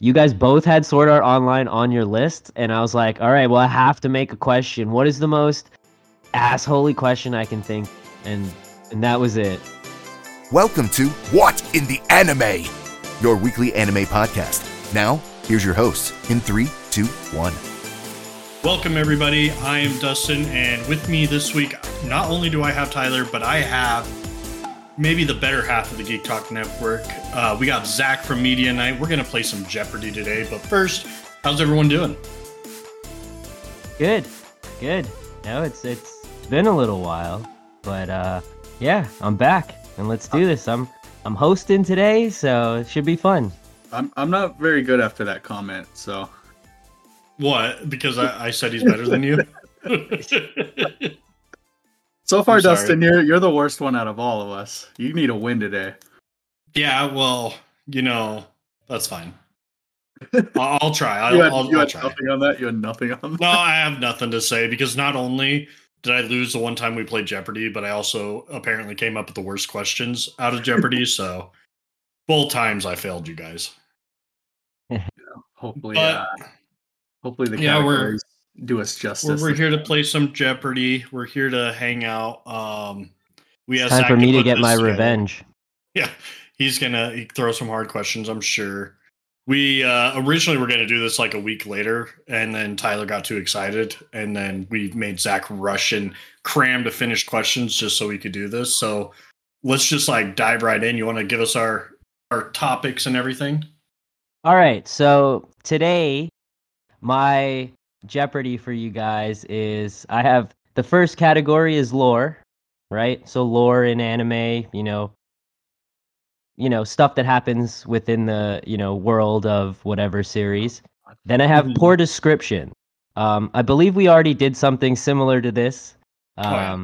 you guys both had Sword Art Online on your list, and I was like, all right, well, I have to make a question. What is the most assholey question I can think? And and that was it. Welcome to What in the Anime, your weekly anime podcast. Now, here's your host in three, two, one. Welcome, everybody. I am Dustin, and with me this week, not only do I have Tyler, but I have maybe the better half of the Geek Talk Network. Uh, we got Zach from Media Night. We're going to play some Jeopardy today, but first, how's everyone doing? Good, good. No, it's it's been a little while, but uh, yeah, I'm back, and let's do this. I'm I'm hosting today, so it should be fun. I'm I'm not very good after that comment, so What? Because I, I said he's better than you? so far, I'm sorry. Dustin, you're you're the worst one out of all of us. You need a win today. yeah, well, you know, that's fine. I'll, I'll try. I'll, you had, I'll, you I'll had try. nothing on that. You had nothing on that. No, I have nothing to say because not only did I lose the one time we played Jeopardy, but I also apparently came up with the worst questions out of Jeopardy. so both times I failed you guys. Hopefully, But- uh, hopefully the Yeah, we're- categories do us We're, justice. we're here to play some Jeopardy. We're here to hang out. Um, we It's asked time Zach for me to put get this my together. revenge. Yeah, he's gonna throw some hard questions. I'm sure. We uh, originally were gonna do this like a week later, and then Tyler got too excited, and then we made Zach rush and cram to finish questions just so we could do this. So let's just like dive right in. You want to give us our our topics and everything? All right, so today my Jeopardy for you guys is I have the first category is lore, right? So lore in anime, you know, you know, stuff that happens within the, you know, world of whatever series. Then I have Mm-hmm. Mhm. poor description. Um I believe we already did something similar to this. Oh, Um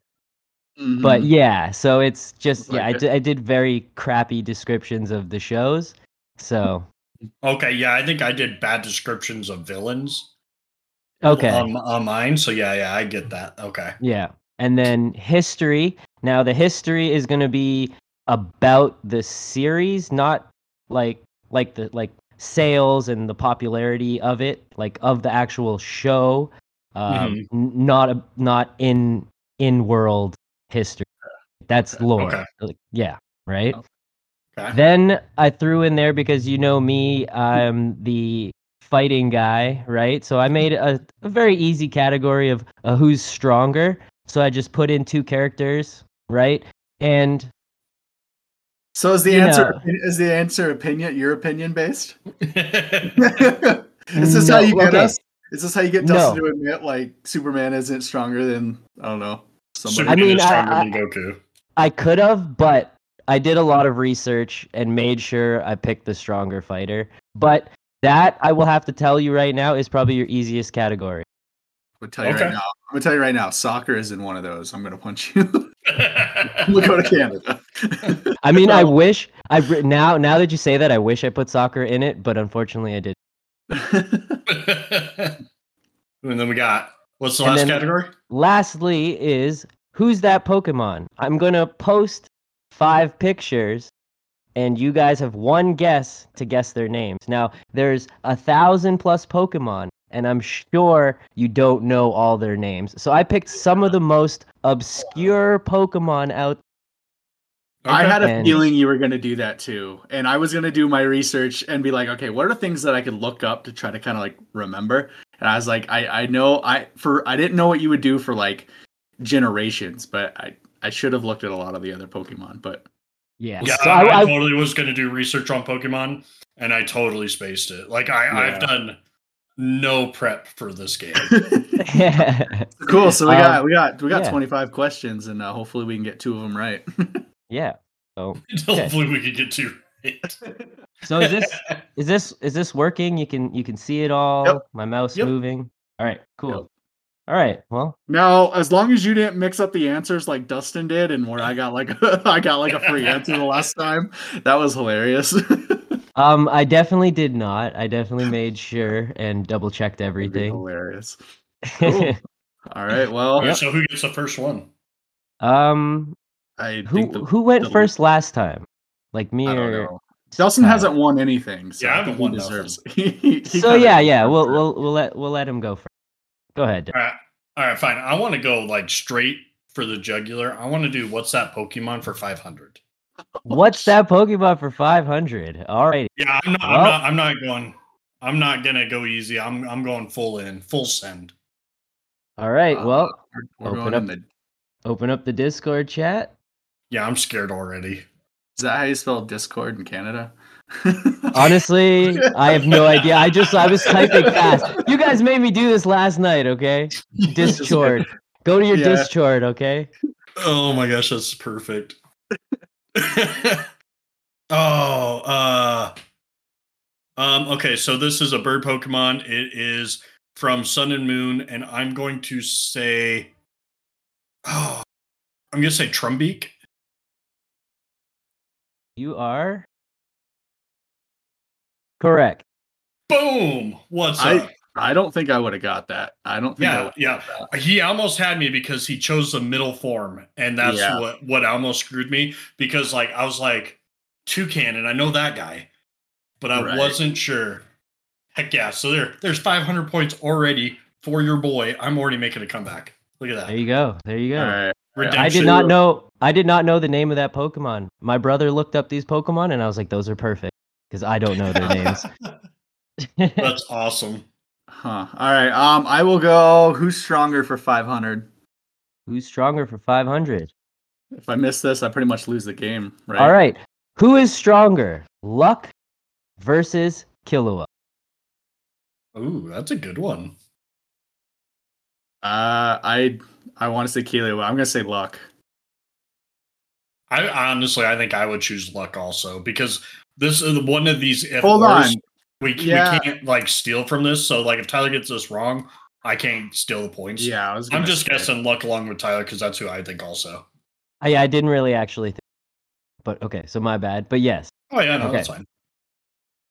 yeah. Mhm. but yeah, so it's just yeah, I Like it. did, I did very crappy descriptions of the shows. So, Okay, yeah, I think I did bad descriptions of villains. okay. On, on mine, so yeah, yeah, I get that. Okay. Yeah. And then history. Now the history is going to be about the series, not like like the like sales and the popularity of it, like of the actual show, um, Mhm. n- not a, not in in world history. That's lore. Okay. Like, yeah. Right. Oh, Okay. Then I threw in there because you know me, I'm the fighting guy, right? So I made a, a very easy category of uh, who's stronger. So I just put in two characters, right? And so is the you answer know. is the answer opinion your opinion based? is this how No, you get okay. us? Is this how you get No. Dustin to admit like Superman isn't stronger than I don't know somebody? Superman mean, is I- stronger I- than Goku. I could have, but I did a lot of research and made sure I picked the stronger fighter. But that I will have to tell you right now is probably your easiest category. I'm gonna tell you Okay. right now. I'm gonna tell you right now. Soccer is in one of those. I'm gonna punch you. we'll go to Canada. I mean, I wish I re- now now that you say that, I wish I put soccer in it, but unfortunately I did. and then we got what's the And last then- category? lastly is who's that pokemon i'm gonna post five pictures and you guys have one guess to guess their names now there's a thousand plus pokemon and i'm sure you don't know all their names so i picked some of the most obscure pokemon out I had a And- feeling you were going to do that too. And I was going to do my research and be like, okay, what are the things that I could look up to try to kind of like remember? And I was like, I, I know I for I didn't know what you would do for like generations, but I I should have looked at a lot of the other Pokemon, but yeah, yeah, so I, I, I I, totally was going to do research on Pokemon, and I totally spaced it. Like I, I've Yeah. done no prep for this game. cool. So we Um, got we got we got yeah. 25 questions and uh, hopefully we can get two of them right. yeah so Hopefully, we could get to it. so is this is this is this working you can you can see it all Yep. my mouse Yep. moving all right cool Yep. all right well now, as long as you didn't mix up the answers like Dustin did and where I got like I got like a free answer the last time, that was hilarious. Um, I definitely did not. I definitely made sure and double checked That'd be everything. Hilarious. Cool. All right. Well, All right, so who gets the first one? um, I who think the, Um, who went the- first last time? Like me I don't or know. Dustin Uh, hasn't won anything. So Yeah, I I, haven't think he won deserves. he, he So kinda yeah, yeah, we'll deserves it. we'll we'll let we'll let him go first. Go ahead. All right. All right, fine. I want to go like straight for the jugular. I want to do what's that Pokemon for 500. What's that Pokemon for five hundred? All right. Yeah, I'm not, Well- I'm not I'm not going I'm not going to go easy. I'm I'm going full in, full send. All right. Uh, Well, we're, we're open going up- in the, is open up the Discord chat. Yeah, I'm scared already. that how you spell Discord in Canada? Honestly, I have no idea. I just I was typing fast. You guys made me do this last night, okay? Discord. Go to your Yeah. Discord, okay? Oh my gosh, that's perfect. oh, uh um okay, so this is a bird Pokemon. It is from Sun and Moon, and I'm going to say oh I'm gonna say Trumbeak. You are correct. Boom! What's I- up? I don't think I would have got that. I don't think I Yeah, would yeah. He almost had me because he chose the middle form, and that's Yeah. what what almost screwed me because like I was like toucan, and I know that guy, but I Right. wasn't sure. Heck yeah! So there, there's 500 points already for your boy. I'm already making a comeback. Look at There that you go. There you go. All right. uh, redemption. I did not know I did not know the name of that Pokemon. My brother looked up these Pokemon and I was like, those are perfect. Because I don't know their names. That's awesome. Huh. All right. Um, I will go. Who's stronger for 500? Who's stronger for five hundred? If I miss this, I pretty much lose the game. Right. All right. Who is stronger? Luck versus Killua. Ooh, that's a good one. Uh, I I want to say Keely, but I'm gonna say Luck. I honestly, I think I would choose luck also because this is one of these. if Hold worse- on. we, Yeah. we can't like steal from this. So like if Tyler gets this wrong, I can't steal the points. Yeah, I was. I'm gonna just say- guessing luck along with Tyler because that's who I think also. I, I didn't really actually think but okay, so my bad. But yes. Oh yeah, no, Okay. that's fine.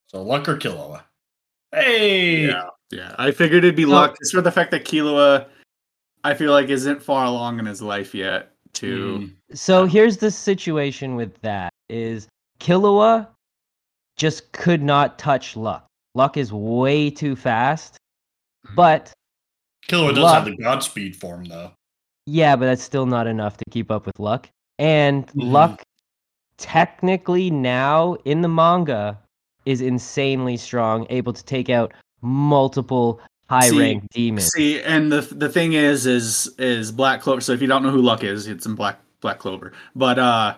So luck or Killua. Hey, Yeah, yeah. I figured it'd be So- Luck, just for the fact that Keelua, I feel like isn't far along in his life yet. To Mm. So here's the situation with that is Killua just could not touch Luck. Luck is way too fast. But Killua does Luck. have the Godspeed form though. Yeah, but that's still not enough to keep up with Luck. And Luck, technically now in the manga, is insanely strong, able to take out multiple high ranked demons. see, and the the thing is, is is Black Clover. So if you don't know who Luck is, it's in Black Black Clover. But uh,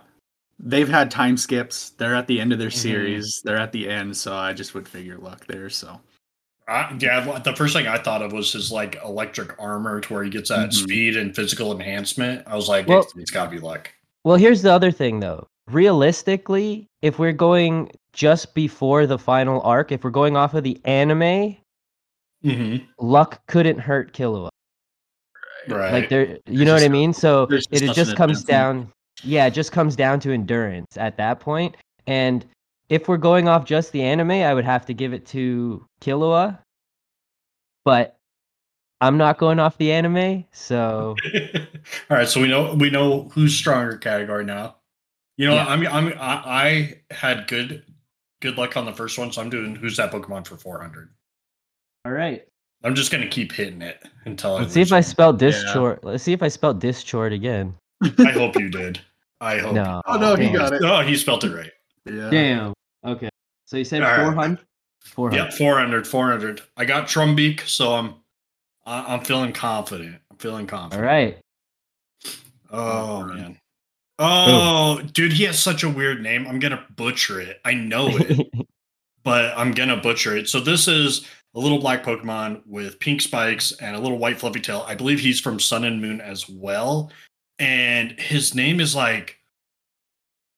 they've had time skips. They're at the end of their Mhm. series. They're at the end, so I just would figure Luck there. So I, yeah, well, the first thing I thought of was his like electric armor to where he gets that Mhm. speed and physical enhancement. I was like, Mm-hmm. Well- it's- it's gotta be luck. Well, here's the other thing though. Realistically, if we're going just before the final arc, if we're going off of the anime, Mm-hmm. Luck couldn't hurt Killua. Right. Like there you There's know what I just- mean? So there's it just it nothing just that comes doesn't- down yeah, it just comes down to endurance at that point. And if we're going off just the anime, I would have to give it to Killua. But I'm not going off the anime, so All right, so we know we know who's stronger category now. You know, Yeah. I'm I'm I, I had good good luck on the first one, so I'm doing who's that Pokemon for 400. all right. I'm just gonna keep hitting it until Let's I see if I lose spell Yeah. dischord. Let's see if I spell dischord again. it. I hope you did. I hope. No. Oh, no, he man. got it. Oh, he spelled it right. yeah, Damn. Okay. So you said All right. 400? 400. Yeah, 400, 400. I got Trumbeak, so I'm I, I'm feeling confident. I'm feeling All confident. right. Oh man. Oh, dude, he has such a weird name. I'm gonna butcher it. I know it. but I'm gonna butcher it. So this is a little black Pokemon with pink spikes and a little white fluffy tail. I believe he's from Sun and Moon as well, and his name is like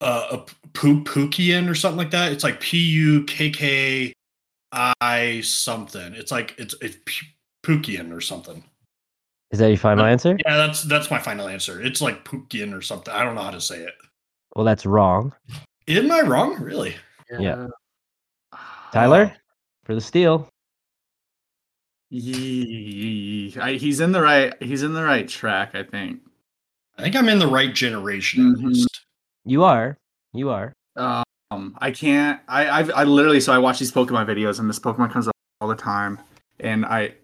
uh, a Poo Pookian or something like that. It's like P U K K I something. It's like it's it's P- Pookian or something. Is that your final answer? Yeah, that's that's my final answer. It's like Pookian or something. I don't know how to say it. Well, that's wrong. Am I wrong? Really? Yeah. Ah. Tyler for the steal. Yee- I, he's in the right. He's in the right track, I think. I think I'm in the right generation at Mhm. least. You are. You are. Uh, Um, I can't. I I've, I literally so I watch these Pokemon videos and this Pokemon comes up all the time, and I,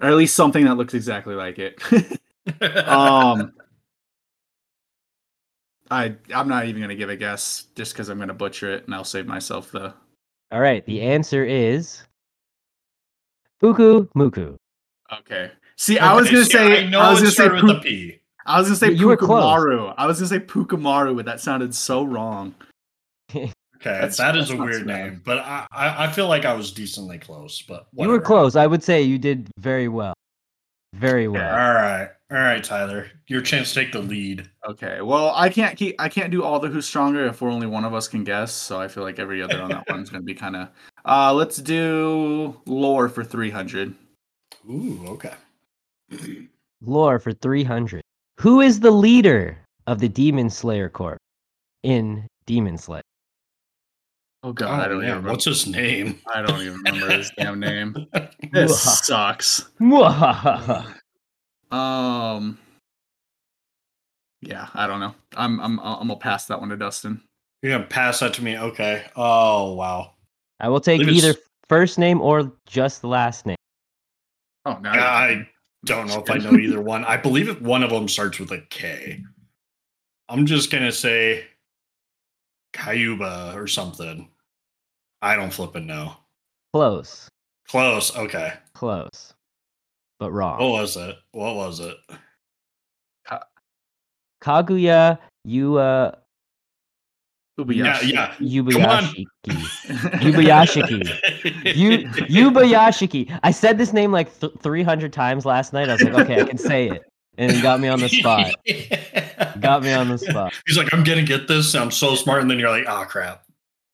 or at least something that looks exactly like it. um, I I'm not even gonna give a guess just because I'm gonna butcher it and I'll save myself the. All right, the answer is Fuku Muku. Okay. See, I was Okay, gonna see, say I know I was it gonna say started with a Puk- P. I was gonna say You were close. Pukamaru. I was gonna say Pukamaru, but that sounded so wrong. Okay, that's, That's- that's a not so weird bad. name, but I, I I feel like I was decently close. But You were whatever. close. I would say you did very well. Very well. All right, all right, Tyler, your chance to take the lead. Okay. Well, I can't keep I can't do all the who's stronger if we're only one of us can guess. So I feel like every other on that one's gonna be kind of. Uh, let's do lore for three hundred. Ooh, okay. Lore for 300. Who is the leader of the Demon Slayer Corps in Demon Slayer? Oh God, I don't even. know. Remember, What's his name? I don't even remember his damn name. This sucks. Um. Yeah, I don't know. I'm I'm I'm gonna pass that one to Dustin. You're gonna pass that to me? Okay. Oh wow. I will take Leave it either s- first name or just the last name. Oh no. I don't know if I know either one. I believe if one of them starts with a K. I'm just gonna say Cayuba or something. I don't flipping know. Close. Close. Okay. Close. But wrong. What was it? What was it? Kaguya uh, Yua Yeah, Ubuyasha. yeah. Yubayashiki. Yubayashiki. Yu Yubayashiki. I said this name like th- 300 times last night. I was like, okay, I can say it. And it got me on the spot. Got me on the spot. He's like, I'm gonna get this. And I'm so smart, and then you're like, ah, crap.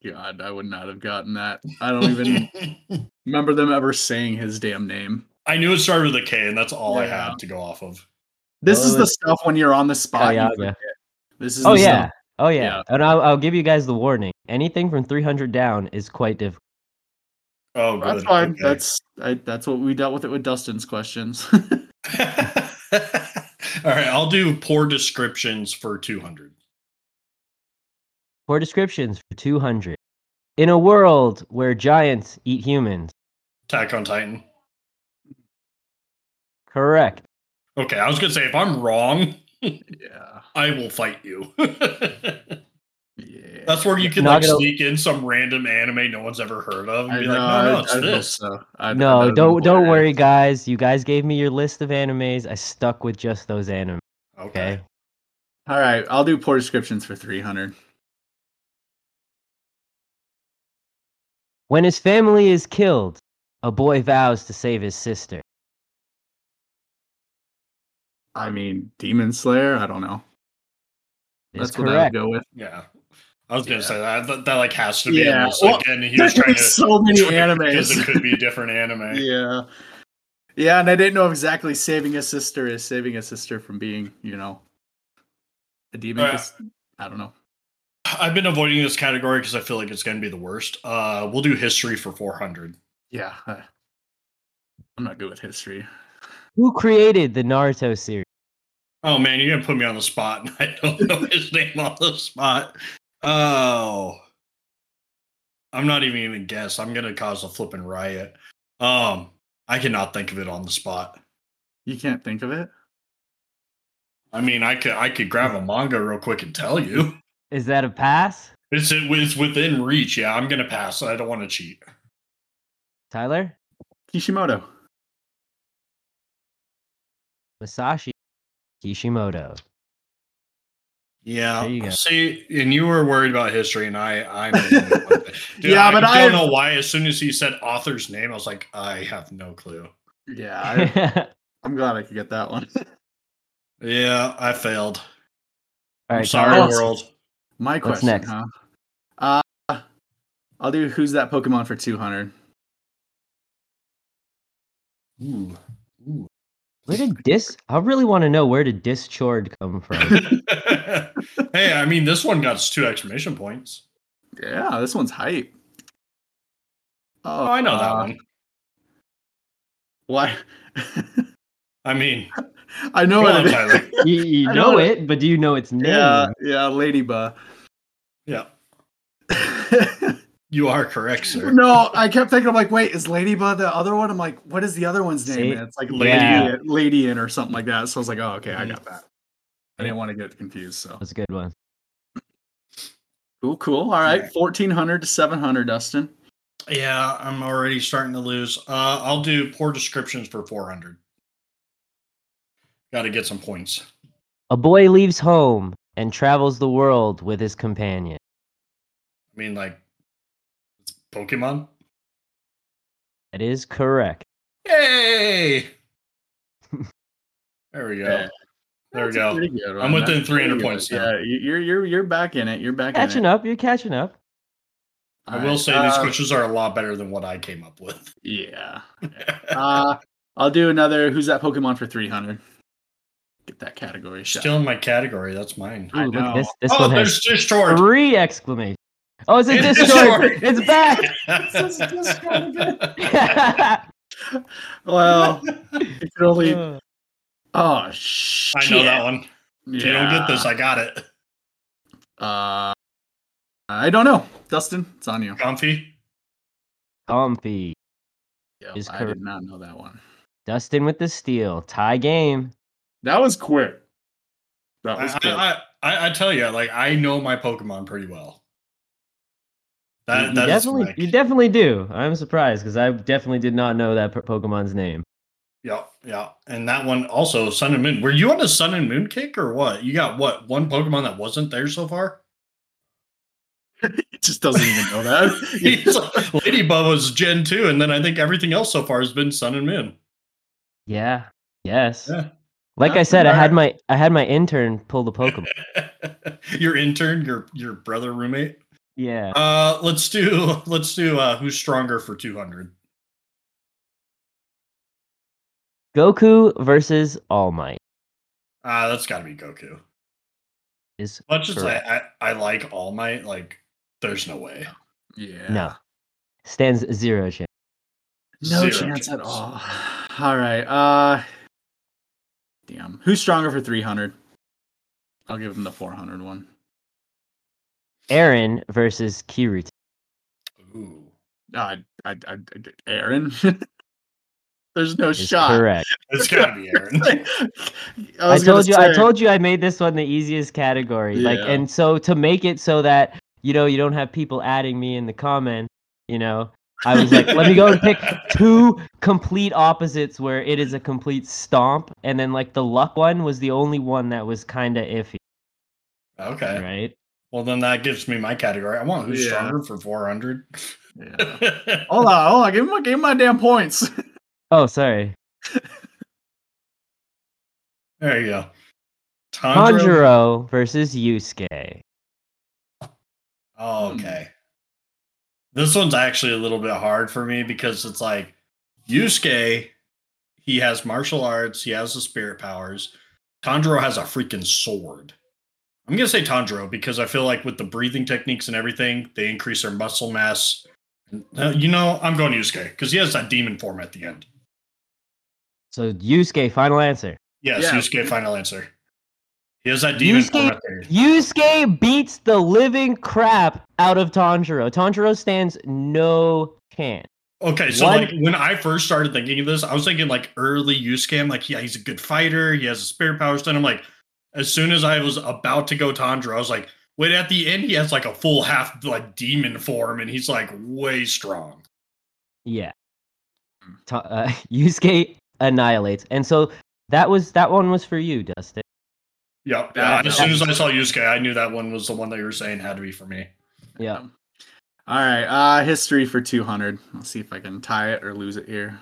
God, I would not have gotten that. I don't even remember them ever saying his damn name. I knew it started with a K, and that's all I Yeah. had to go off of. This is Oh, the it's- stuff when you're on the spot. you Kayaga. forget. This is Oh the yeah. stuff. Oh yeah. Yeah. And I'll, I'll give you guys the warning. Anything from 300 down is quite difficult. Oh, good. That's fine. Okay. That's I, that's what we dealt with it with Dustin's questions. all right. I'll do poor descriptions for 200. Poor descriptions for 200. In a world where giants eat humans. Attack on Titan. Correct. Okay, I was gonna say if I'm wrong, yeah. I will fight you. Yeah. That's where you can Not like gonna- sneak in some random anime no one's ever heard of and I be know, like, no, no, I- it's I hope this. so. I- that No, would don't be don't worry, hilarious. guys. You guys gave me your list of animes. I stuck with just those anime. Okay. Okay. All right, I'll do poor descriptions for three hundred. When his family is killed, a boy vows to save his sister. I mean, Demon Slayer. I don't know. Is That's what I would correct. go with. Yeah. I was gonna Yeah. say that, that that like has to be Yeah, yeah. this well, again. He was trying There's to so many because animes. it could be a different anime. yeah. Yeah, and I didn't know exactly saving a sister is saving a sister from being, you know, a demon. Uh, 'cause- I don't know. I've been avoiding this category because I feel like it's gonna be the worst. Uh we'll do history for four hundred. Yeah. I- I'm not good with history. Who created the Naruto series? Oh man, you're gonna put me on the spot and I don't know his name on the spot. Oh. I'm not even gonna guess. I'm gonna cause a flipping riot. Um, I cannot think of it on the spot. You can't think of it? I mean, I could I could grab a manga real quick and tell you. Is that a pass, It's it's within reach. Yeah, I'm gonna pass. I don't want to cheat. Tyler? Kishimoto. Masashi Kishimoto. Yeah. There you go. See, and you were worried about history, and I I'm the one that- Dude, Yeah, I but don't I've- know why. As soon as he said author's name, I was like, I have no clue. Yeah, I, I'm glad I could get that one. Yeah, I failed. All I'm right, sorry, Tyler. Thomas. world. My What's question, next? huh? Uh, I'll do Who's That Pokemon for 200. Ooh. Oow. Where did dis? I really want to know where did Dischord come from. hey, I mean, this one got us two exclamation points. Yeah, this one's hype. Oh, I know that uh, one. Why? I mean, I know go on, what it is. Tyler. you you I know know it, but do you know its name? Yeah, yeah, Ladyba. Yeah. You are correct, sir. No, I kept thinking, I'm like, wait, is Ladybug the other one? I'm like, what is the other one's name? See? And it's like Lady, Yeah. in, Lady in or something like that. So I was like, oh, okay, I Mhm. got that. I didn't want to get confused. So That's a good one. cool, cool. All right, Alright. 1400 to 700, Dustin. Yeah, I'm already starting to lose. Uh, I'll do poor descriptions for 400. Got to get some points. A boy leaves home and travels the world with his companion. I mean, like, it's Pokemon? That is correct. Yay! there we go. There Yeah. we That's a go. pretty good I'm one. within 300 That's pretty good. points now. Yeah, you- you're you're you're back in it. You're back Catching in it. Uh, up, you're catching up. I will say these questions are a lot better than what I came up with. Yeah. Uh, I'll do another. Who's that Pokemon for 300? Get that category. shot. Still in my category. That's mine. I Ooh, look at know. this. This oh, one has there's Destroy. three exclamation. Oh, is it It's destroyed? destroyed. It's back. This is Destroy I Well, you can only. Uh, Oh shit! know that one. If you don't get this, Yeah. I got it. Uh, I don't know, Dustin. It's on you. Comfy. Comfy. Yeah, Is I correct. did not know that one. Dustin with the steal. Tie game. That was quick. That was I, quick. I, I, I tell you, like I know my Pokemon pretty well. You- That, you that is definitely, like- you definitely do. I'm surprised because I definitely did not know that po- Pokemon's name. Yeah, yeah. And that one also, Sun and Moon. Were you on a Sun and Moon kick or what? You got what? One Pokemon that wasn't there so far? He just doesn't even know that. He's like, Ladybug was Gen 2, and then I think everything else so far has been Sun and Moon. Yeah. Yes. Yeah. Like I That's said, I had right. my I had my intern pull the Pokemon. your intern, your your brother roommate. yeah. Uh let's do let's do uh who's stronger for 200. Goku versus All Might Uh that's gotta be Goku. is Much as I, Correct. I, I like All Might, like there's no way. yeah. no stands zero chance. No Zero chance at all. All right. Uh Damn. Who's stronger for 300? I'll give him the 400 one. Aaron versus Kirito. Ooh. Uh, I, I, I, Aaron? There's no Is shot. correct. It's gotta be Aaron. I, was gonna told you. I say, told you. I made this one the easiest category. Like, Yeah. and so to make it so that you know you don't have people adding me in the comment. You know, I was like, let me go and pick two complete opposites where it is a complete stomp, and then like the luck one was the only one that was kind of iffy, okay. right? Well, then that gives me my category. I want who's Yeah. stronger for 400. Yeah. Hold on, hold on. Give him, my- give him my damn points. Oh, sorry, there you go. Tanjiro. Tanjiro versus Yusuke. Oh, okay. This one's actually a little bit hard for me because it's like Yusuke, he has martial arts, he has the spirit powers. Tanjiro has a freaking sword. I'm going to say Tanjiro because I feel like with the breathing techniques and everything, they increase their muscle mass. Uh, you know, I'm going Yusuke because he has that demon form at the end. So Yusuke, final answer. Yes, Yeah. Yusuke, final answer. He has that demon Yusuke- form at the end. Yusuke beats the living crap out of Tanjiro. Tanjiro stands no chance. Okay, so One- like when I first started thinking of this, I was thinking like early use cam, like yeah, he's a good fighter, he has a spirit powers. Then I'm like, as soon as I was about to go Tandra, I was like, wait, at the end he has like a full half like demon form, and he's like way strong. Yeah. Hmm. Ta- uh, Yusuke annihilates. And so that was that one was for you, Dustin. Yep. Yeah, as soon as I saw Yusuke, I knew that one was the one that you were saying had to be for me. Yeah. All right. Uh, history for 200. Let's see if I can tie it or lose it here.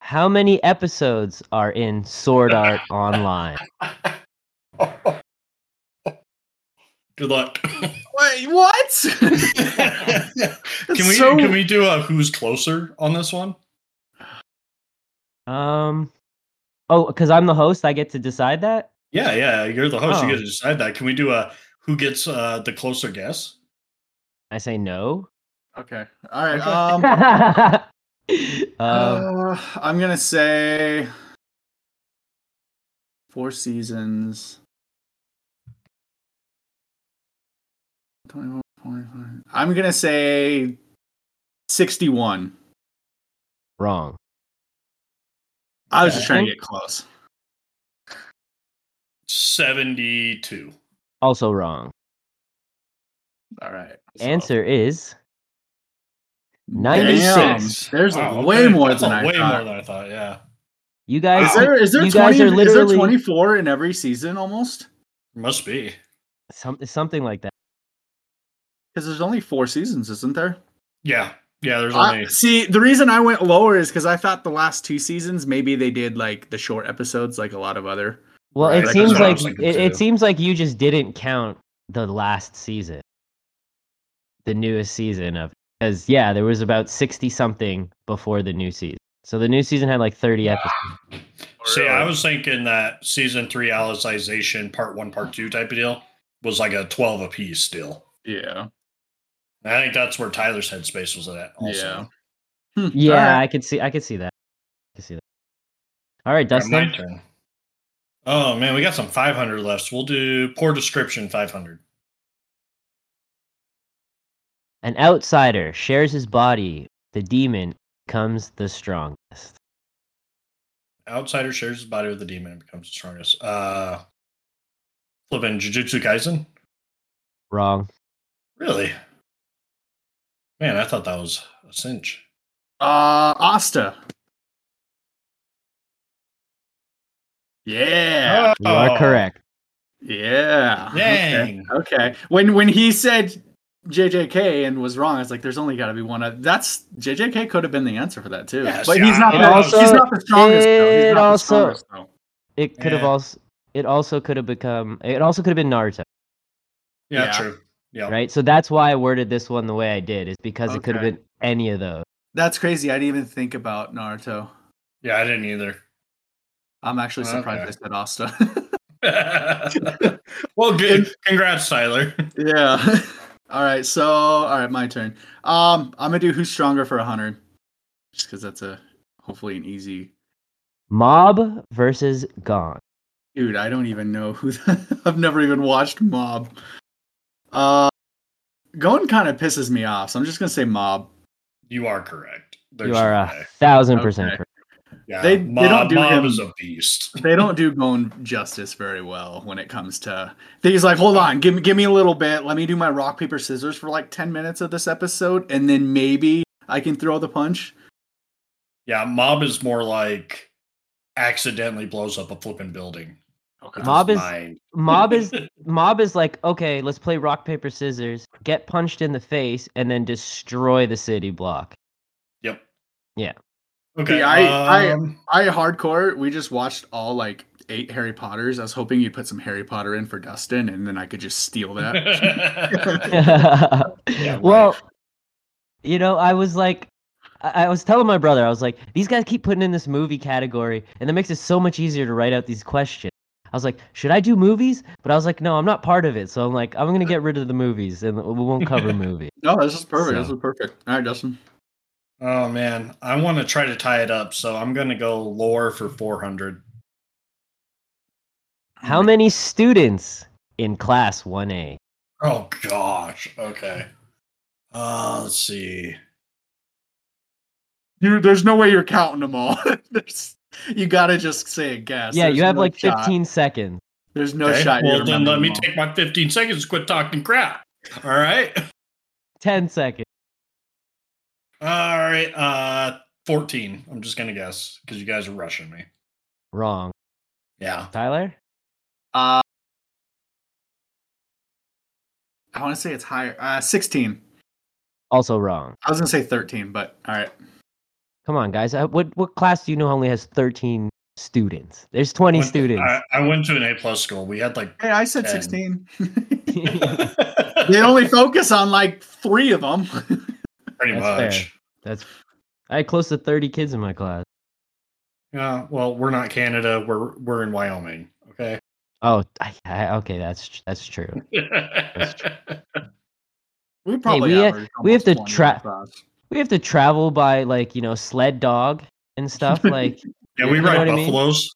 How many episodes are in Sword Art Online? Good luck. Wait, what? can we so- can we do a who's closer on this one? Um Oh, because I'm the host, I get to decide that? Yeah, yeah, you're the host. Oh. You get to decide that. Can we do a who gets uh, the closer guess? I say no. Uh, okay. All right. Okay. Um, um, Uh, I'm gonna say four seasons. I'm gonna say sixty-one. Wrong. I was just I trying to think- get close. 72. Also wrong. All right. so- Answer is 96. Damn, There's Wow, way okay. more That's than a I way thought. more than I thought. Yeah. You guys, Is there is there you guys twenty? are Is there literally- twenty-four in every season almost? Must be. some, something like that. Because there's only four seasons, isn't there? Yeah. Yeah. There's I- only. see, the reason I went lower is because I thought the last two seasons maybe they did like the short episodes, like a lot of other. Well, Right, it that's seems what I like was thinking it, too. it seems like you just didn't count the last season, the newest season of because yeah, there was about sixty something before the new season. So the new season had like thirty episodes. See, I was thinking that season three Alicization part one, part two type of deal was like a 12 apiece still. yeah, And I think that's where Tyler's headspace was at. Also. yeah. Hmm, Yeah, alright. I could see, I could see that. I could see that. All right, Alright, Dustin. my turn. Oh man, we got some 500 left. We'll do poor description 500. An outsider shares his body. The demon becomes the strongest. Outsider shares his body with the demon and becomes the strongest. Uh, flipping Jujutsu Kaisen. Wrong. Really? Man, I thought that was a cinch. Uh, Asta. Yeah. You are Oh, correct. Yeah. Dang. Okay. okay. When when he said JJK and was wrong, I was like, "There's only got to be one." Of, that's JJK could have been the answer for that too. Yes, but yeah, he's not. it The, also- he's not the strongest. Though. He's it not also- the strongest, though. It could have Yeah. also. It also could have become. It also could have been Naruto. Yeah, Yeah. true. Yeah. right? So that's why I worded this one the way I did, is because it could have Okay. been any of those. That's crazy. I didn't even think about Naruto. Yeah, I didn't either. I'm actually surprised Okay. I said Asta. well, good. Congrats, Tyler. yeah. all right. So, all right, my turn. Um, I'm gonna do who's stronger for hundred, just because that's a hopefully an easy. Mob versus Gone. Dude, I don't even know who. The, I've never even watched Mob. Uh, Gon kind of pisses me off, so I'm just gonna say Mob. You are correct. There's you are uh, no a way. thousand percent Okay. correct. Yeah, They- they Mob, don't do Mob him- is a beast. They don't do Gon justice very well when it comes to. He's like, hold on, give me, give me a little bit. Let me do my rock paper scissors for like ten minutes of this episode, and then maybe I can throw the punch. Yeah, Mob is more like accidentally blows up a flipping building. Okay. with Mob his is- mind. Mob is Mob is like, okay, let's play rock paper scissors, get punched in the face, and then destroy the city block. Yep. Yeah. Okay. Yeah, I- I- um, I hardcore. We just watched all like eight Harry Potters. I was hoping you'd put some Harry Potter in for Dustin, and then I could just steal that. right. well, you know, I was like I I was telling my brother, I was like, these guys keep putting in this movie category, and that makes it so much easier to write out these questions. I was like, should I do movies? But I was like, no, I'm not part of it. So I'm like, I'm gonna get rid of the movies, and we won't cover movies. no, this is perfect. This So- is perfect. All right, Dustin. oh man, I want to try to tie it up, so I'm gonna go lore for 400. How many students in class 1A? Oh gosh. Okay. Uh, let's see. You, there's no way you're counting them all. There's- you gotta just say a guess. yeah, There's you have no like shot. 15 seconds. There's no Okay, shot. you Well, then remember let me them all. take my 15 seconds and quit talking crap. All right. 10 seconds. All right. Uh, 14. I'm just gonna guess because you guys are rushing me. Wrong. Yeah. Tyler? Uh, I want to say it's higher. Uh, 16. Also wrong. I was gonna say 13, but all right. Come on, guys. Uh, What what class do you know only has 13 students? There's 20 Went- students. uh, I, I went to an A plus school. We had like. Hey, I said Ten. 16. they pretty only focus on like three of them. That's much. That's I had close to 30 kids in my class. Yeah. Uh, Well, we're not Canada. We're we're in Wyoming. Okay. Oh, I, I, okay, that's tr- that's true. we we probably ha- averaged we have almost to 20 tra- across. We have to travel by like, you know, sled dog and stuff like yeah, we You know ride what I mean? buffaloes.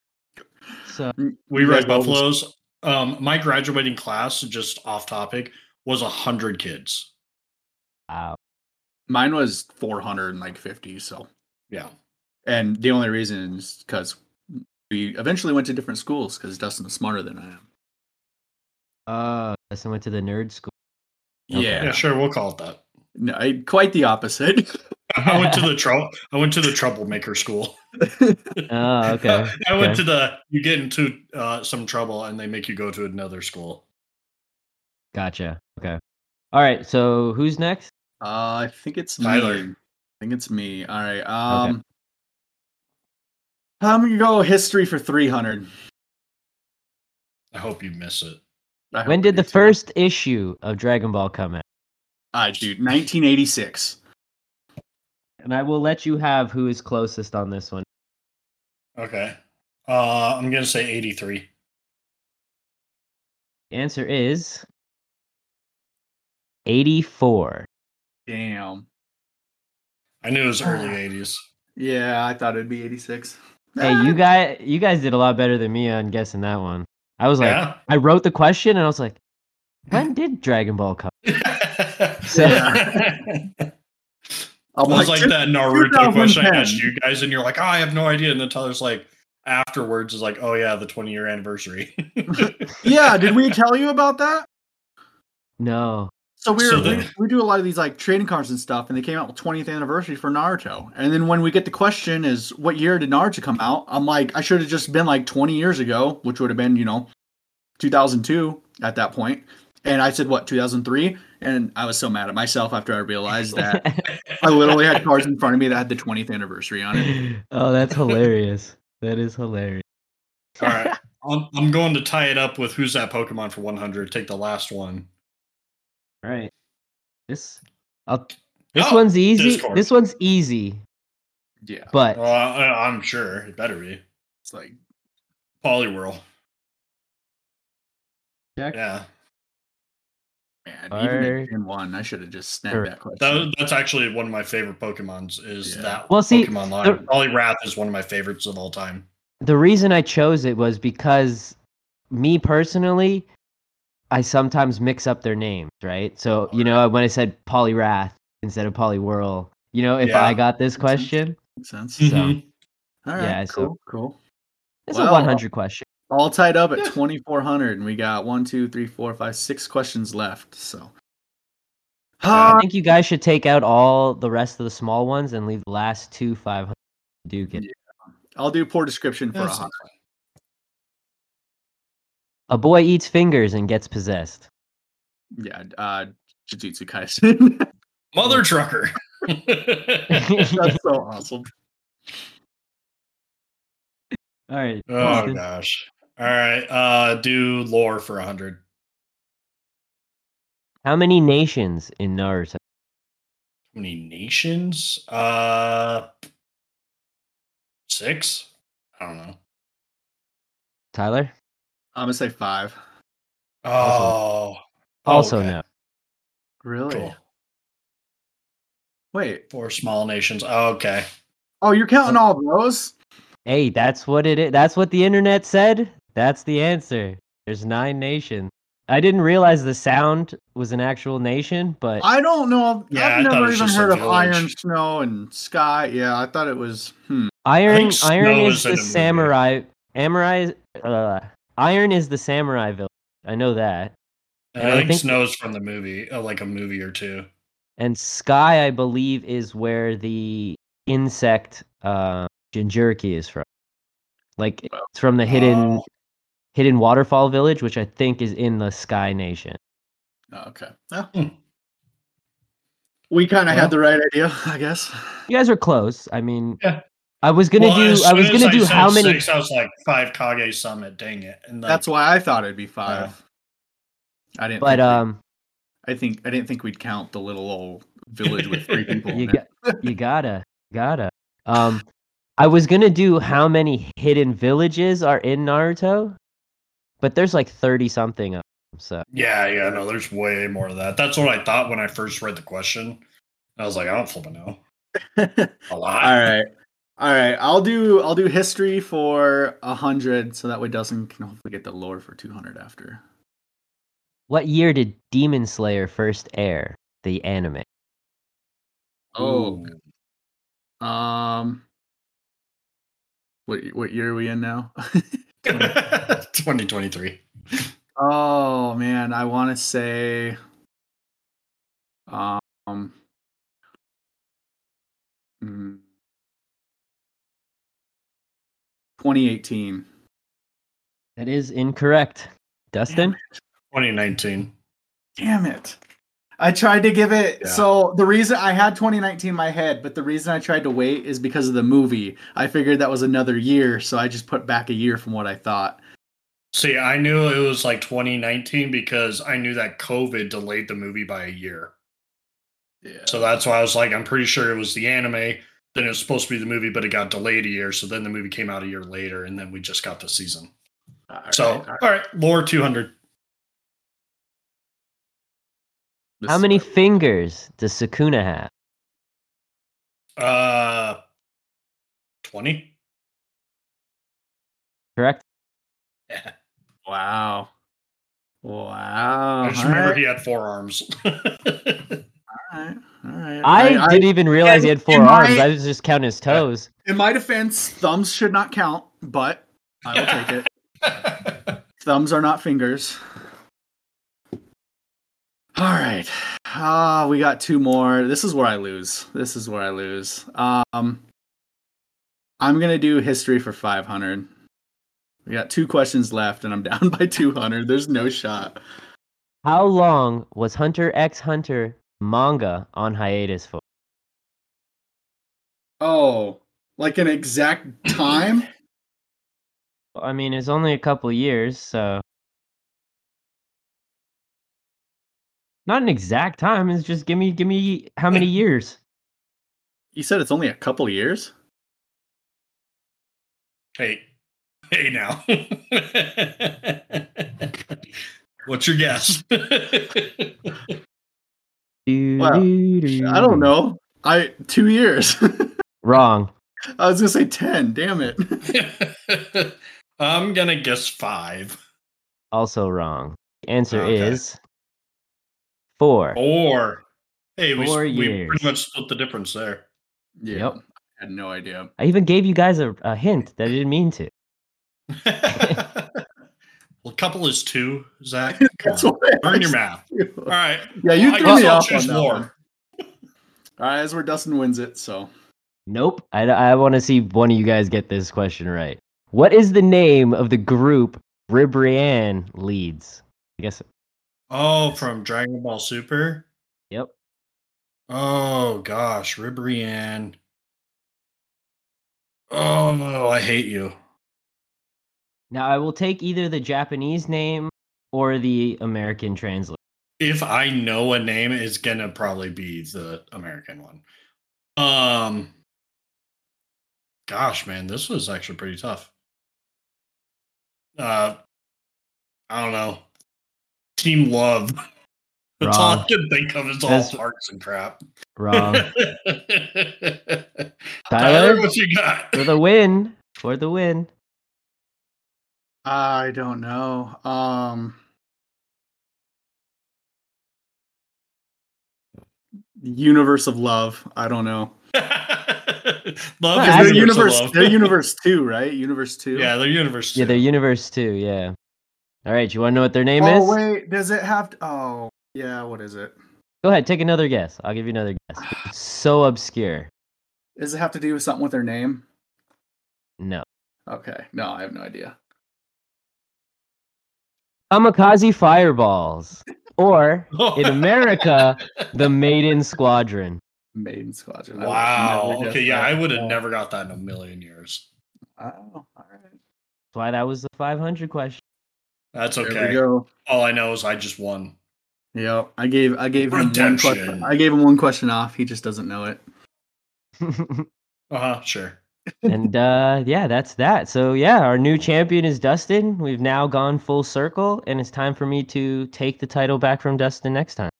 so We You ride guys always- buffaloes. Um, my graduating class, just off topic, was a hundred kids. Wow. Mine was 450, so Yeah. and the only reason is because we eventually went to different schools because Dustin's smarter than I am. Uh, Dustin went to the nerd school. Yeah. Yeah, sure. We'll call it that. no, I, quite the opposite. I went to the trouble. I went to the troublemaker school. Oh, okay. I went okay. to the. You get into uh, some trouble, and they make you go to another school. Gotcha. Okay. All right. So who's next? Uh, I think it's Tyler. Me. I think it's me. All right. Um, I'm gonna go history for 300. I hope you miss it. I hope I When did do the too. first issue of Dragon Ball come out? Uh, dude, 1986. And I will let you have who is closest on this one. Okay. Uh, I'm gonna say 83. The answer is 84. Damn. I knew it was early 80s. Yeah, I thought it'd be 86. Hey, you guys, you guys did a lot better than me on guessing that one. I was like, Yeah. I wrote the question and I was like, when did Dragon Ball come? So- I'm It was like "Dude, that Naruto question I 2010. asked you guys, and you're like, oh, I have no idea. And then Tyler's like, afterwards is like, oh yeah, the 20 year anniversary. yeah, did we tell you about that? No. So we were, So we, the- we do a lot of these like trading cards and stuff, and they came out with 20th anniversary for Naruto. And then when we get the question is what year did Naruto come out? I'm like, I should have just been like 20 years ago, which would have been you know 2002 at that point. And I said what 2003, and I was so mad at myself after I realized that I literally had cards in front of me that had the 20th anniversary on it. oh, that's hilarious. That is hilarious. All right. I'm, I'm going to tie it up with who's that Pokemon for 100. Take the last one. All right. This I'll, this Oh, one's easy. Discord. This one's easy, Yeah, but Well, Oh, I, I'm sure it better be it's like Poliwhirl. Check. Yeah, man, even Alright. in Gen one, I should have just snapped Sure. that question. that, was- that's actually one of my favorite Pokemon's. Is Yeah. that Well, see, Pokemon line? the- Poliwrath is one of my favorites of all time. the reason I chose it was because me personally, I sometimes mix up their names, right? So, Oh, you know, when I said Polyrath instead of Polywhirl, you know, if Yeah. I got this Makes sense. question, Makes sense. So, All right, yeah, so- cool, cool. it's a Well, 100 question. all tied up at Yeah. 2400 and we got one two three four five six questions left so I Uh, Ah, think you guys should take out all the rest of the small ones and leave the last two 500 to Duke it. i'll do poor description for a That's- hot A boy eats fingers and gets possessed. yeah uh jujutsu kaisen Mother Trucker. that's so awesome All right. oh Austin. gosh. All right. Uh, do lore for 100. How many nations in Naruto? How many nations? Uh, six. I don't know. Tyler? i'm gonna say five Oh. Also okay, no. really Cool. wait Four small nations. Okay. oh you're counting all those Hey, that's what it is. That's what the internet said. That's the answer. There's nine nations. I didn't realize the sound was an actual nation, but i don't know I've- Yeah, I i've thought it never was even just a heard of village. iron snow and sky yeah i thought it was hmm iron think iron snow is is in the the movie. samurai. Samurai uh, iron is the samurai village. I know that. And And I, I think, think- Snow's from the movie, uh, like a movie or two. And sky, I believe, is where the insect uh, Jinjuriki is from. Like Wow. it's from the hidden Oh. hidden waterfall village, which I think is in the Sky Nation. Oh, okay Well, Hmm. we kind of Well. had the right idea i guess You guys are close. I mean, Yeah. I was gonna Well, as do. I was soon as gonna do said how many? Six, I was like five Kage Summit. Dang it! And like, that's why i thought it'd be five i didn't But think we- um, I think I didn't think we'd count the little old village with three people. you in it. got you gotta gotta. Um, I was gonna do how many hidden villages are in Naruto, but there's like thirty something of them. So Yeah, yeah, no, there's way more of that. That's what I thought when I first read the question. I was like, I don't flipping know. A lot. all right, all right. I'll do I'll do history for a hundred, so that way Dustin can hopefully get the lore for two hundred after. what year did Demon Slayer first air the anime? Oh, um, what what year are we in now? 2023. oh man, I want to say, um, mm, 2018. That is incorrect. Dustin? 2019. Damn it. I tried to give it. Yeah. So the reason I had 2019 in my head, but the reason I tried to wait is because of the movie. I figured that was another year, so I just put back a year from what I thought. See, I knew it was like 2019 because I knew that COVID delayed the movie by a year. Yeah. So that's why I was like, I'm pretty sure it was the anime. Then it was supposed to be the movie, but it got delayed a year. So then the movie came out a year later, and then we just got the season. so, all right, lore 200. How many fingers does Sakuna have? Uh, 20? Correct? Yeah. Wow. Wow. I just Uh-huh. All remember right, he had four arms. all right, all right. I, I- didn't even realize he had four in arms. my- I was just counting his toes. in my defense, thumbs should not count, but I will take it. Thumbs are not fingers. All right. Ah, we got two more. This is where I lose. This is where I lose. Um I'm going to do history for 500. We got two questions left and I'm down by 200. There's no shot. How long was Hunter x Hunter manga on hiatus for? Oh, like an exact time? I mean, it's only a couple years, so. Not an exact time. It's just give me, give me how many years? You said it's only a couple years? hey, hey now. What's your guess? Do, Well, do, do. I don't know. I 2 years. Wrong. I was going to say 10. Damn it. I'm going to guess five. Also wrong. Answer Okay. Oh. is four. Or hey, we, Four we years. pretty much split the difference there. Yeah. Yep. I had no idea. I even gave you guys a, a hint that I didn't mean to. well, couple is two, Zach. Come That's on. what I Learn your was- math. All right. Yeah, you I threw guess me I'll off on choose that lore. one. All right, that's where Dustin wins it. So Nope. I, I want to see one of you guys get this question right. What is the name of the group Ribrianne leads? I guess. Oh, from Dragon Ball Super. Yep. Oh gosh, Ribrianne. Oh no, I hate you. Now I will take either the Japanese name or the American translation. If I know a name, it's gonna probably be the American one. Um gosh, man, this was actually pretty tough. Uh I don't know. Team love. That's all I Wrong. can think of is all That's- hearts and crap. Um, Wrong. Tyler, Tyler what you got? for the win. For the win. I don't know. Um Universe of Love. I don't know. love Well, is I- They're the universe. universe. of love. They're universe two, right? Universe two. Yeah, they're universe. Yeah, too. their universe too. Yeah. All right. You want to know what their name Oh is? wait, does it have? To, oh yeah. What is it? Go ahead. Take another guess. I'll give you another guess. It's so obscure. Does it have to do with something with their name? No. Okay. No, I have no idea. Kamikaze fireballs. Or in America, the Maiden Squadron. Maiden Squadron. I would've wow. never guessed Okay. Yeah, that. I would have Wow. never got that in a million years. Oh, all right. That's why that was the 500 question. That's There we okay. go. All I know is I just won. Yeah, I gave I gave him one Redemption. question. I gave him one question off. He just doesn't know it. Uh huh. Sure. and uh, yeah, that's that. So yeah, our new champion is Dustin. We've now gone full circle, and it's time for me to take the title back from Dustin next time.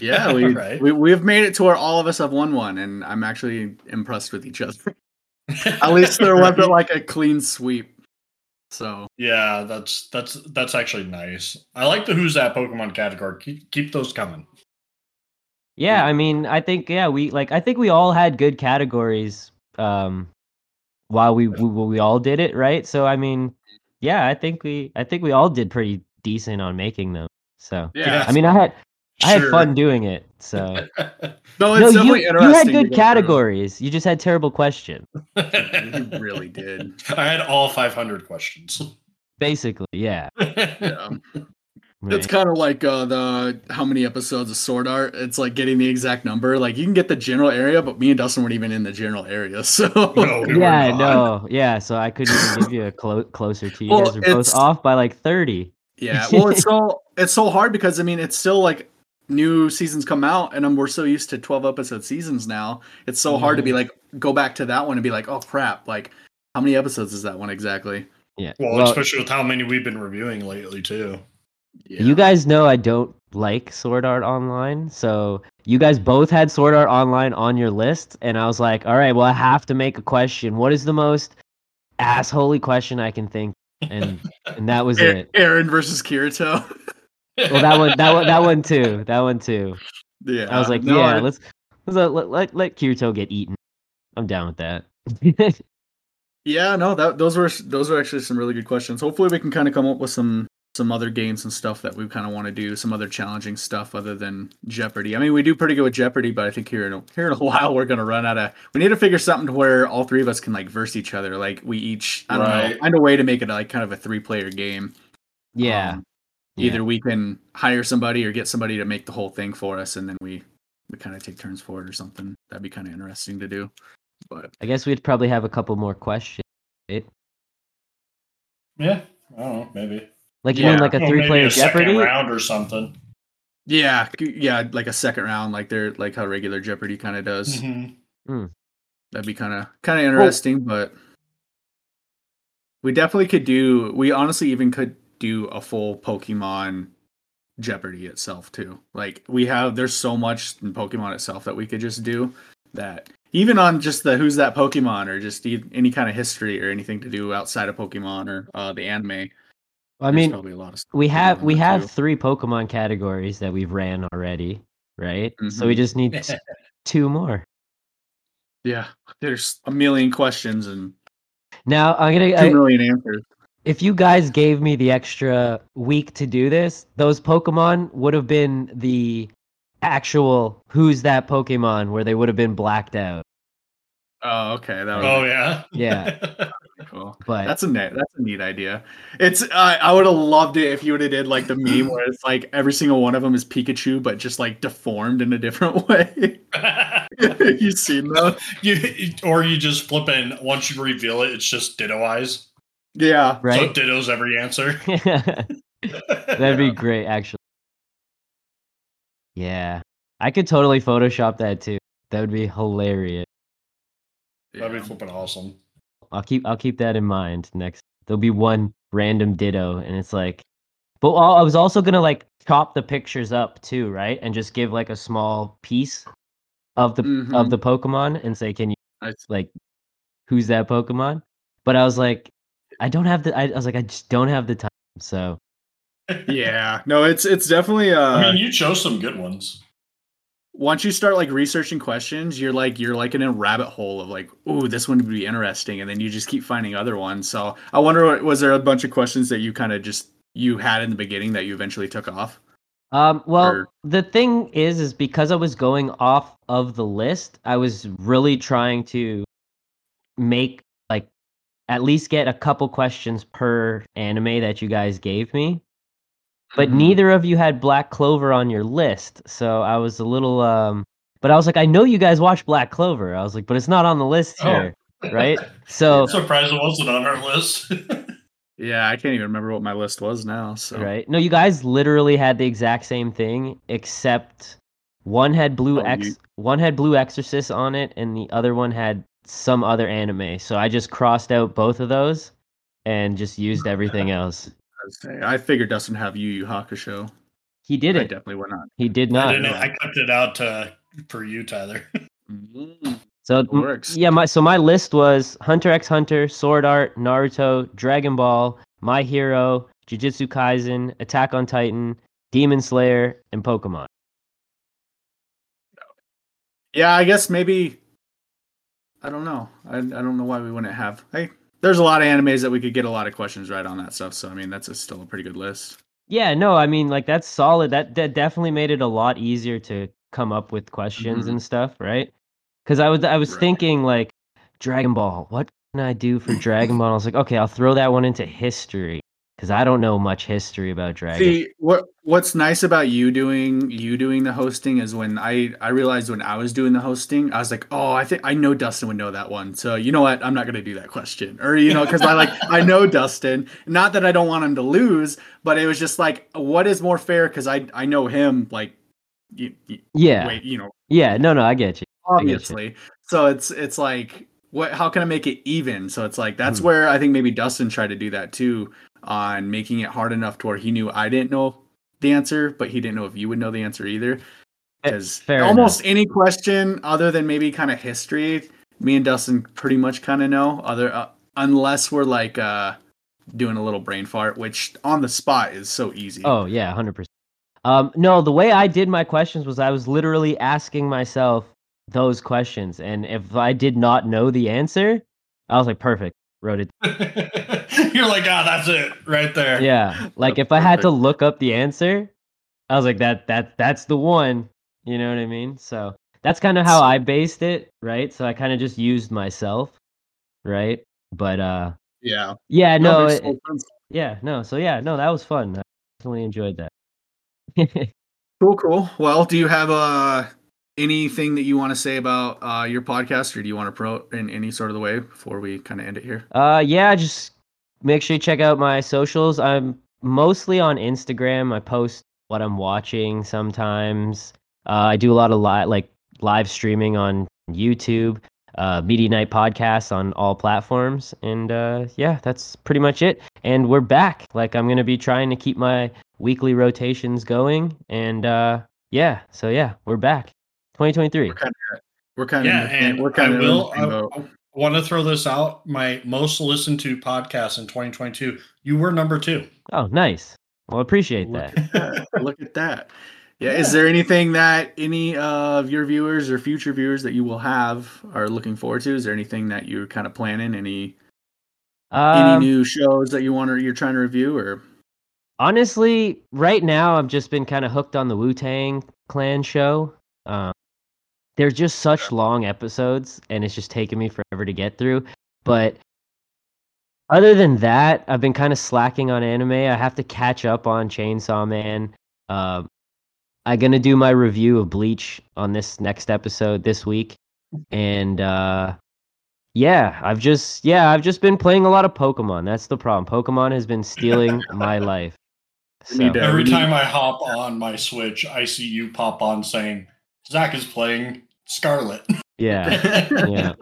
Yeah, we Right. we we've made it to where all of us have won one, and I'm actually impressed with each other. At least there wasn't like a clean sweep. So Yeah, that's that's that's actually nice. I like the Who's That Pokemon category. Keep keep those coming. Yeah, I mean, I think yeah, we like I think we all had good categories um while we we, we all did it, right? So I mean, yeah, I think we I think we all did pretty decent on making them. So Yeah. I mean, I had I had Sure. fun doing it. So No, no, it's you, definitely you had interesting. to good go categories. You just had terrible questions, through. You I really did. had all 500 questions. basically. Yeah, Yeah. It's right. kind of like uh, the how many episodes of Sword Art. It's like getting the exact number. Like you can get the general area, but me and Dustin weren't even in the general area. So No, we were yeah, not. no, yeah. So I couldn't even give you a clo- closer to you Well, guys. We're both it's- off by like thirty. yeah, well, it's so it's so hard because I mean it's still like new seasons come out, and i we're so used to twelve episode seasons now. It's so hard to be like go back to that one and be like, oh crap, like how many episodes is that one exactly? Yeah. Well, especially with how many we've been reviewing lately, too. Yeah. You guys know I don't like Sword Art Online, so you guys both had Sword Art Online on your list, and I was like, all right, well, I have to make a question. What is the most assholey question I can think? And and that was A- it. Aaron versus Kirito. Well, that one, that one, that one too. That one too. yeah, I was like, no, yeah, I- let's, let's uh, let, let let let Kirito get eaten. I'm down with Um, that. Yeah, no, that those were those were actually some really good questions. Hopefully, we can kind of come up with some some other games and stuff that we kind of want to do, some other challenging stuff other than Jeopardy. I mean, we do pretty good with Jeopardy, but I think here in a, here in a while we're gonna run out of. We need to figure something to where all three of us can like verse each other. Like we each, I don't Right. know, find a way to make it like kind of a three player game. yeah. Um, yeah. Either we can hire somebody or get somebody to make the whole thing for us, and then we we kind of take turns for it or something. That'd be kind of interesting to do. But I guess we'd probably have a couple more questions. It Yeah. I don't know. Maybe. like you mean Yeah. like a Or three player Oh, maybe a second Jeopardy? round or something. Yeah, g- yeah, like a second round, like they're like how regular Jeopardy kind of does. Mm-hmm. Mm-hmm. That'd be kind of kind of interesting, but we definitely could do. We honestly even could do a full Pokemon Jeopardy itself too. Like we have, there's so much in Pokemon itself that we could just do that. Even on just the who's that Pokemon or just e- any kind of history or anything to do outside of Pokemon or uh, the anime. I there's mean, probably a lot of stuff we could do have on we that, have too. three pokemon categories that we've ran already right so we just need s- two more yeah. There's a million questions and now i'm gonna two I, million answers. if you guys gave me the extra week to do this those pokemon would have been the actual who's that pokemon where they would have been blacked out Oh, okay, that would Oh, yeah. Yeah. be cool. but That's a neat, that's a neat idea. It's I, I would have loved it if you would have did like the meme where it's like every single one of them is Pikachu, but just like deformed in a different way. you seen those? you, or you just flip it and once you reveal it, it's just ditto eyes. Yeah, So right ditto's every answer. that'd be great actually yeah i could totally photoshop that too that would be hilarious That'd be flipping awesome. I'll keep I'll keep that in mind next. There'll be one random ditto, and it's like, but I I was also gonna like chop the pictures up too, right? And just give like a small piece of the of Mhm. the Pokemon and say, can you I s- like, who's that Pokemon? But I was like, I don't have the. I, I was like, I just don't have the time. So yeah. No, it's it's definitely uh. I mean, you chose some good ones. once you start like researching questions, you're like you're like in a rabbit hole of like, ooh, this one would be interesting, and then you just keep finding other ones. So I wonder, what- was there a bunch of questions that you kind of just you had in the beginning that you eventually took off? Um, well, Or- the thing is, is because I was going off of the list, I was really trying to make like at least get a couple questions per anime that you guys gave me. But Mhm. neither of you had Black Clover on your list, so I was a little um. But I was like, I know you guys watch Black Clover. I was like, but it's not on the list Oh. here, right? So I'm surprised it wasn't on our list. Yeah, I can't even remember what my list was now. So Right. No, you guys literally had the exact same thing, except one had blue Oh, ex you- one had blue exorcist on it, and the other one had some other anime. So I just crossed out both of those and just used everything else. I was saying, I figured Dustin have Yu Yu Hakusho. He did I it. definitely would not. He did I, not. didn't, I cut it out uh, for you, Tyler. Mm. So m- works. yeah, my so my list was Hunter x Hunter, Sword Art, Naruto, Dragon Ball, My Hero, Jujutsu Kaisen, Attack on Titan, Demon Slayer, and Pokemon. Yeah, I guess maybe. I don't know. I, I don't know why we wouldn't have. Hey, there's a lot of animes that we could get a lot of questions right on that stuff. So I mean, that's a, still a pretty good list. Yeah, no, I mean like that's solid. That that definitely made it a lot easier to come up with questions Mhm. and stuff, right? Because I was I was Right. thinking like Dragon Ball. What can I do for Dragon Ball? I was like, okay, I'll throw that one into history because I don't know much history about Dragon. See what what's nice about you doing you doing the hosting is when I I realized when I was doing the hosting I was like oh I think I know Dustin would know that one so you know what I'm not gonna do that question or you know because I like I know Dustin not that I don't want him to lose but it was just like what is more fair because I I know him like you, you, yeah, wait you know yeah, no, no, I get you. get you. obviously so it's it's like what how can i make it even so it's like Hmm. that's where i think maybe dustin tried to do that too on making it hard enough to where he knew i didn't know the answer but he didn't know if you would know the answer either Eh, because fair almost any question other than maybe kind of history me and dustin pretty much kind of know other uh, unless we're like uh doing a little brain fart which on the spot is so easy Oh yeah, hundred percent. Um, no, the way I did my questions was I was literally asking myself those questions, and if I did not know the answer, I was like, perfect, wrote it. You're like, ah, that's it right there. Yeah, like if I had to look up the answer, I was like, that that that's the one. You know what I mean? So that's kind of how I based it, right? So I kind of just used myself, right? But uh, yeah yeah, no, makes it- total sense. yeah, no. So yeah, no, that was fun. I definitely enjoyed that. Cool, cool. Well, do you have uh anything that you want to say about uh your podcast, or do you want to pro in any sort of the way before we kind of end it here? Uh, yeah, just make sure you check out my socials. I'm mostly on Instagram. I post what I'm watching sometimes. Uh, I do a lot of li- like live streaming on YouTube, uh, Media Night podcasts on all platforms, and uh, yeah, that's pretty much it. And we're back. Like I'm gonna be trying to keep my weekly rotations going, and uh, yeah, so yeah, we're back. 2023. We're kind of we're kind of yeah, and we're kind I of will. uh, I, want to throw this out. My most listened to podcast in 2022. You were number two. Oh, nice. Well, appreciate Look that. at that. Look at that. Yeah, is there anything that any of your viewers or future viewers that you will have are looking forward to? Is there anything that you're kind of planning? Any Um, any new shows that you want to you're trying to review or Honestly, right now I've just been kind of hooked on the Wu Tang Clan show. Um, they're just such long episodes, and it's just taking me forever to get through. But other than that, I've been kind of slacking on anime. I have to catch up on Chainsaw Man. Um, I'm gonna do my review of Bleach on this next episode this week, and uh, yeah, I've just yeah, I've just been playing a lot of Pokemon. That's the problem. Pokemon has been stealing my life. We need So- Yeah, Every we need- time I hop on my Switch, I see you pop on saying Zach is playing Scarlet. yeah, yeah.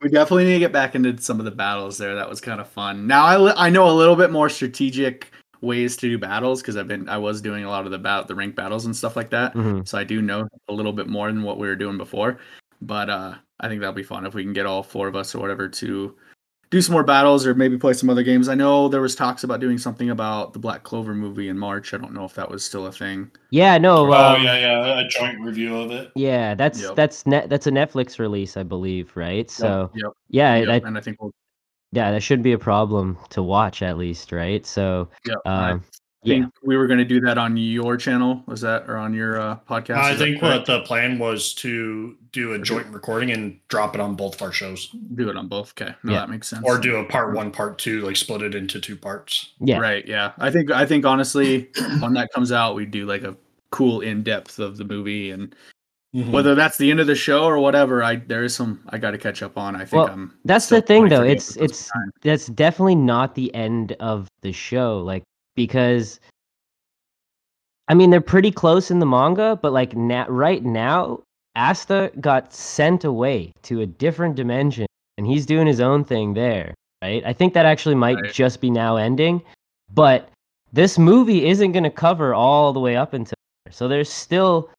We definitely need to get back into some of the battles there. That was kind of fun. Now I, li- I know a little bit more strategic ways to do battles because I've been I was doing a lot of the bat the rank battles and stuff like that. hmm So I do know a little bit more than what we were doing before. But uh, I think that'll be fun if we can get all four of us or whatever to do some more battles or maybe play some other games. I know there was talks about doing something about the Black Clover movie in March. I don't know if that was still a thing. Yeah, no. oh um, yeah, yeah. A joint review of it. Yeah, that's Yep. that's net that's a Netflix release, I believe, right? So yep, yeah, yep, that and I think we'll yeah, that shouldn't be a problem to watch at least, right? So yeah, I um, yeah. think we were going to do that on your channel. Was that or on your uh, podcast? I Is that think correct? what the plan was to do a joint recording and drop it on both of our shows, Do it on both. Okay, no, Yeah. that makes sense. or do a part one, part two, like split it into two parts. yeah, right? Yeah, I think I think honestly, when that comes out, we do like a cool in depth of the movie, and Mm-hmm. Mm-hmm. whether that's the end of the show or whatever, I there is some I got to catch up on. I think Well, I'm. that's still the thing though. 23 It's episodes it's behind. that's definitely not the end of the show like because i mean they're pretty close in the manga but like na- right now asta got sent away to a different dimension and he's doing his own thing there right i think that actually might Right. just be now ending but this movie isn't going to cover all the way up until there. so there's still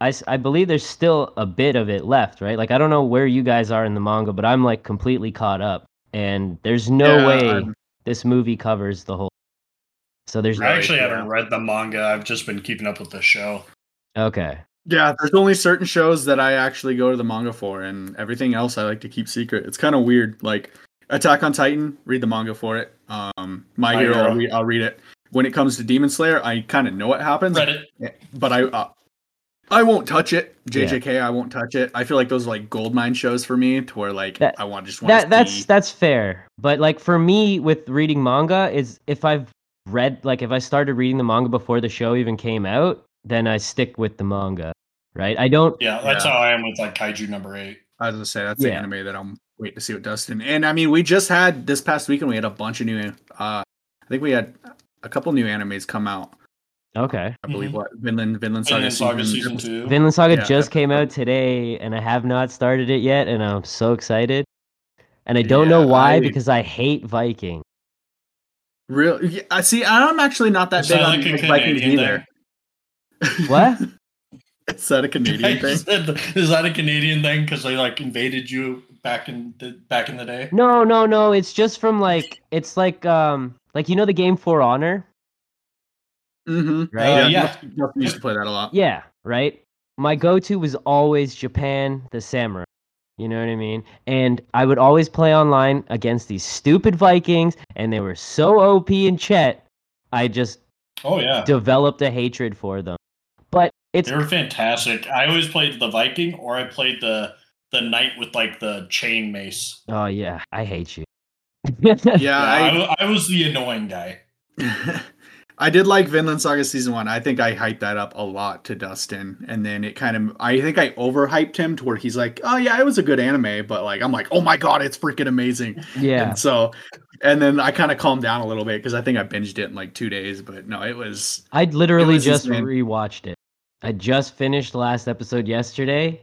I, s- I believe there's still a bit of it left right like i don't know where you guys are in the manga but i'm like completely caught up and there's no Yeah, way I'm- this movie covers the whole so there's I actually yeah. haven't read the manga. I've just been keeping up with the show. okay Yeah, there's only certain shows that I actually go to the manga for, and everything else I like to keep secret. It's kind of weird. Like Attack on Titan, read the manga for it. Um, My My Hero, Hero. I'll, re- I'll read it. When it comes to Demon Slayer, I kind of know what happens, Reddit. but I uh, I won't touch it. JJK, I won't touch it. I feel like those are like gold mine shows for me, to where like That- I want just want that that's that's fair but like for me with reading manga is if i've read like if i started reading the manga before the show even came out then i stick with the manga right i don't Yeah, that's how I am with like Kaiju number eight. I was gonna say that's the Yeah. anime that I'm waiting to see what Dustin. And I mean, we just had this past weekend we had a bunch of new. uh I think we had a couple new animes come out. okay I believe what Vinland Vinland And then Saga, Mm-hmm. Saga season Triple- two. vinland saga Yeah, just that- came out today and i have not started it yet and i'm so excited and i don't know Yeah, why I- because i hate viking Real, yeah, I see. I'm actually not that Is big that on like a Vikings Canadian either. what Is that a Canadian thing? Is that a Canadian thing? Because they like invaded you back in the back in the day. no no no it's just from like it's like um like you know the game for honor Mm-hmm. right Uh, yeah. Justin used to play that a lot. Yeah, right. My go-to was always Japan, the samurai. You know what I mean? And I would always play online against these stupid Vikings, and they were so OP and Chet. I just Oh yeah, developed a hatred for them. But it's they were fantastic. I always played the Viking, or I played the the knight with like the chain mace. oh yeah, I hate you. Yeah, I, I, wa- I was the annoying guy. I did like Vinland Saga season one. I think I hyped that up a lot to Dustin, and then it kind of I think I overhyped him to where he's like, "Oh yeah, it was a good anime," but like I'm like, "Oh my god, it's freaking amazing!" yeah. And so, and then I kind of calmed down a little bit because I think I binged it in like two days. But no, it was I literally was just insane. rewatched it. I just finished the last episode yesterday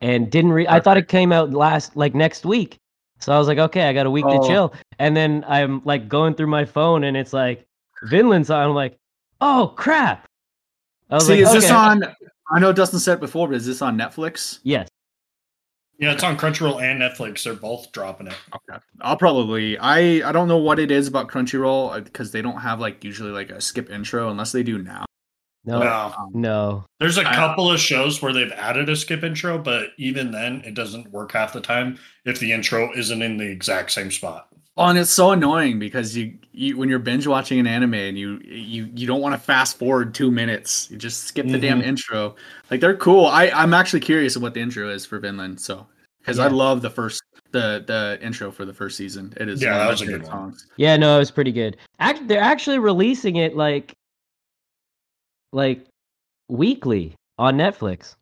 and didn't re I thought it came out last like next week. So I was like, okay, I got a week Oh. to chill. And then I'm like going through my phone and it's like Vinland's on. I'm like, oh crap. I was see, like, is this okay. on? I know Dustin said it before, but is this on Netflix? Yes. Yeah, it's on Crunchyroll and Netflix. They're both dropping it. Okay. I'll probably I I don't know what it is about Crunchyroll because they don't have like usually like a skip intro unless they do now. No. Wow. No. There's a Oh. I- couple of shows where they've added a skip intro, but even then, it doesn't work half the time if the intro isn't in the exact same spot. Oh, and it's so annoying because you, you when you're binge watching an anime and you you you don't want to fast forward two minutes. You just skip the damn Mm-hmm. intro. Like they're cool. I I'm actually curious of what the intro is for Vinland. So because I Yeah. love the first the the intro for the first season. It is Yeah, one of that my was a good favorite one. songs. Yeah, no, it was pretty good. Act they're actually releasing it like like weekly on Netflix.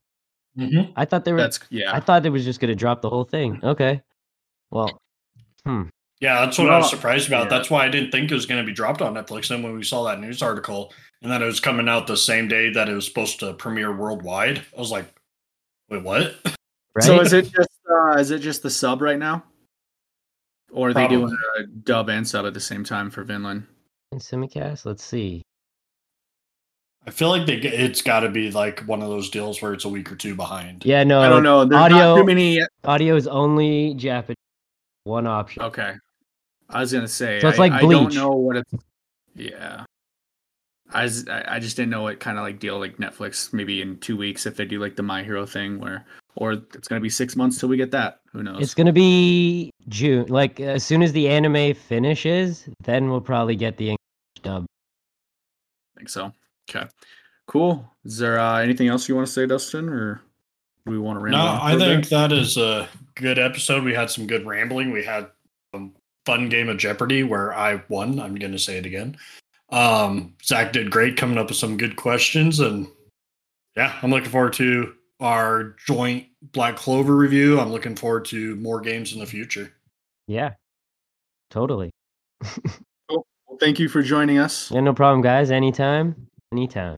Mm-hmm. I thought they were That's yeah. I thought it was just gonna drop the whole thing. Okay. Well, Yeah, that's what I was Well, surprised about. yeah. That's why I didn't think it was going to be dropped on Netflix. And when we saw that news article and that it was coming out the same day that it was supposed to premiere worldwide, I was like, wait, what? right? So is it just uh, is it just the sub right now, or are they Probably. doing a dub and sub at the same time for Vinland? in simicast? Let's see. I feel like they get, it's got to be like one of those deals where it's a week or two behind. Yeah, no, I don't know. There's Uh, audio- not too many. audio is only Japanese. One option. Okay. I was gonna say. So it's I, like I don't Bleach. know what it's. Yeah. I s- I I just didn't know what kind of like deal like Netflix maybe in two weeks if they do like the My Hero thing where or it's gonna be six months till we get that. Who knows? It's gonna be June. Like as soon as the anime finishes, then we'll probably get the English dub. I think so. Okay. Cool. Is there uh, anything else you want to say, Dustin, or do we want to ramble? No, on for I a bit? think that is a good episode. We had some good rambling. We had a fun game of Jeopardy where I won. I'm going to say it again. Um, Zach did great coming up with some good questions. And yeah, I'm looking forward to our joint Black Clover review. I'm looking forward to more games in the future. Yeah, totally. Well, thank you for joining us. Yeah, no problem, guys. Anytime, anytime.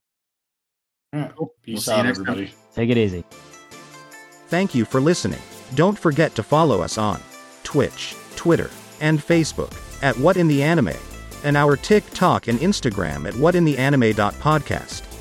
Peace see you out, next time. everybody. Take it easy. Thank you for listening. Don't forget to follow us on Twitch, Twitter, and Facebook at What in the Anime, and our TikTok and Instagram at whatintheanime.podcast.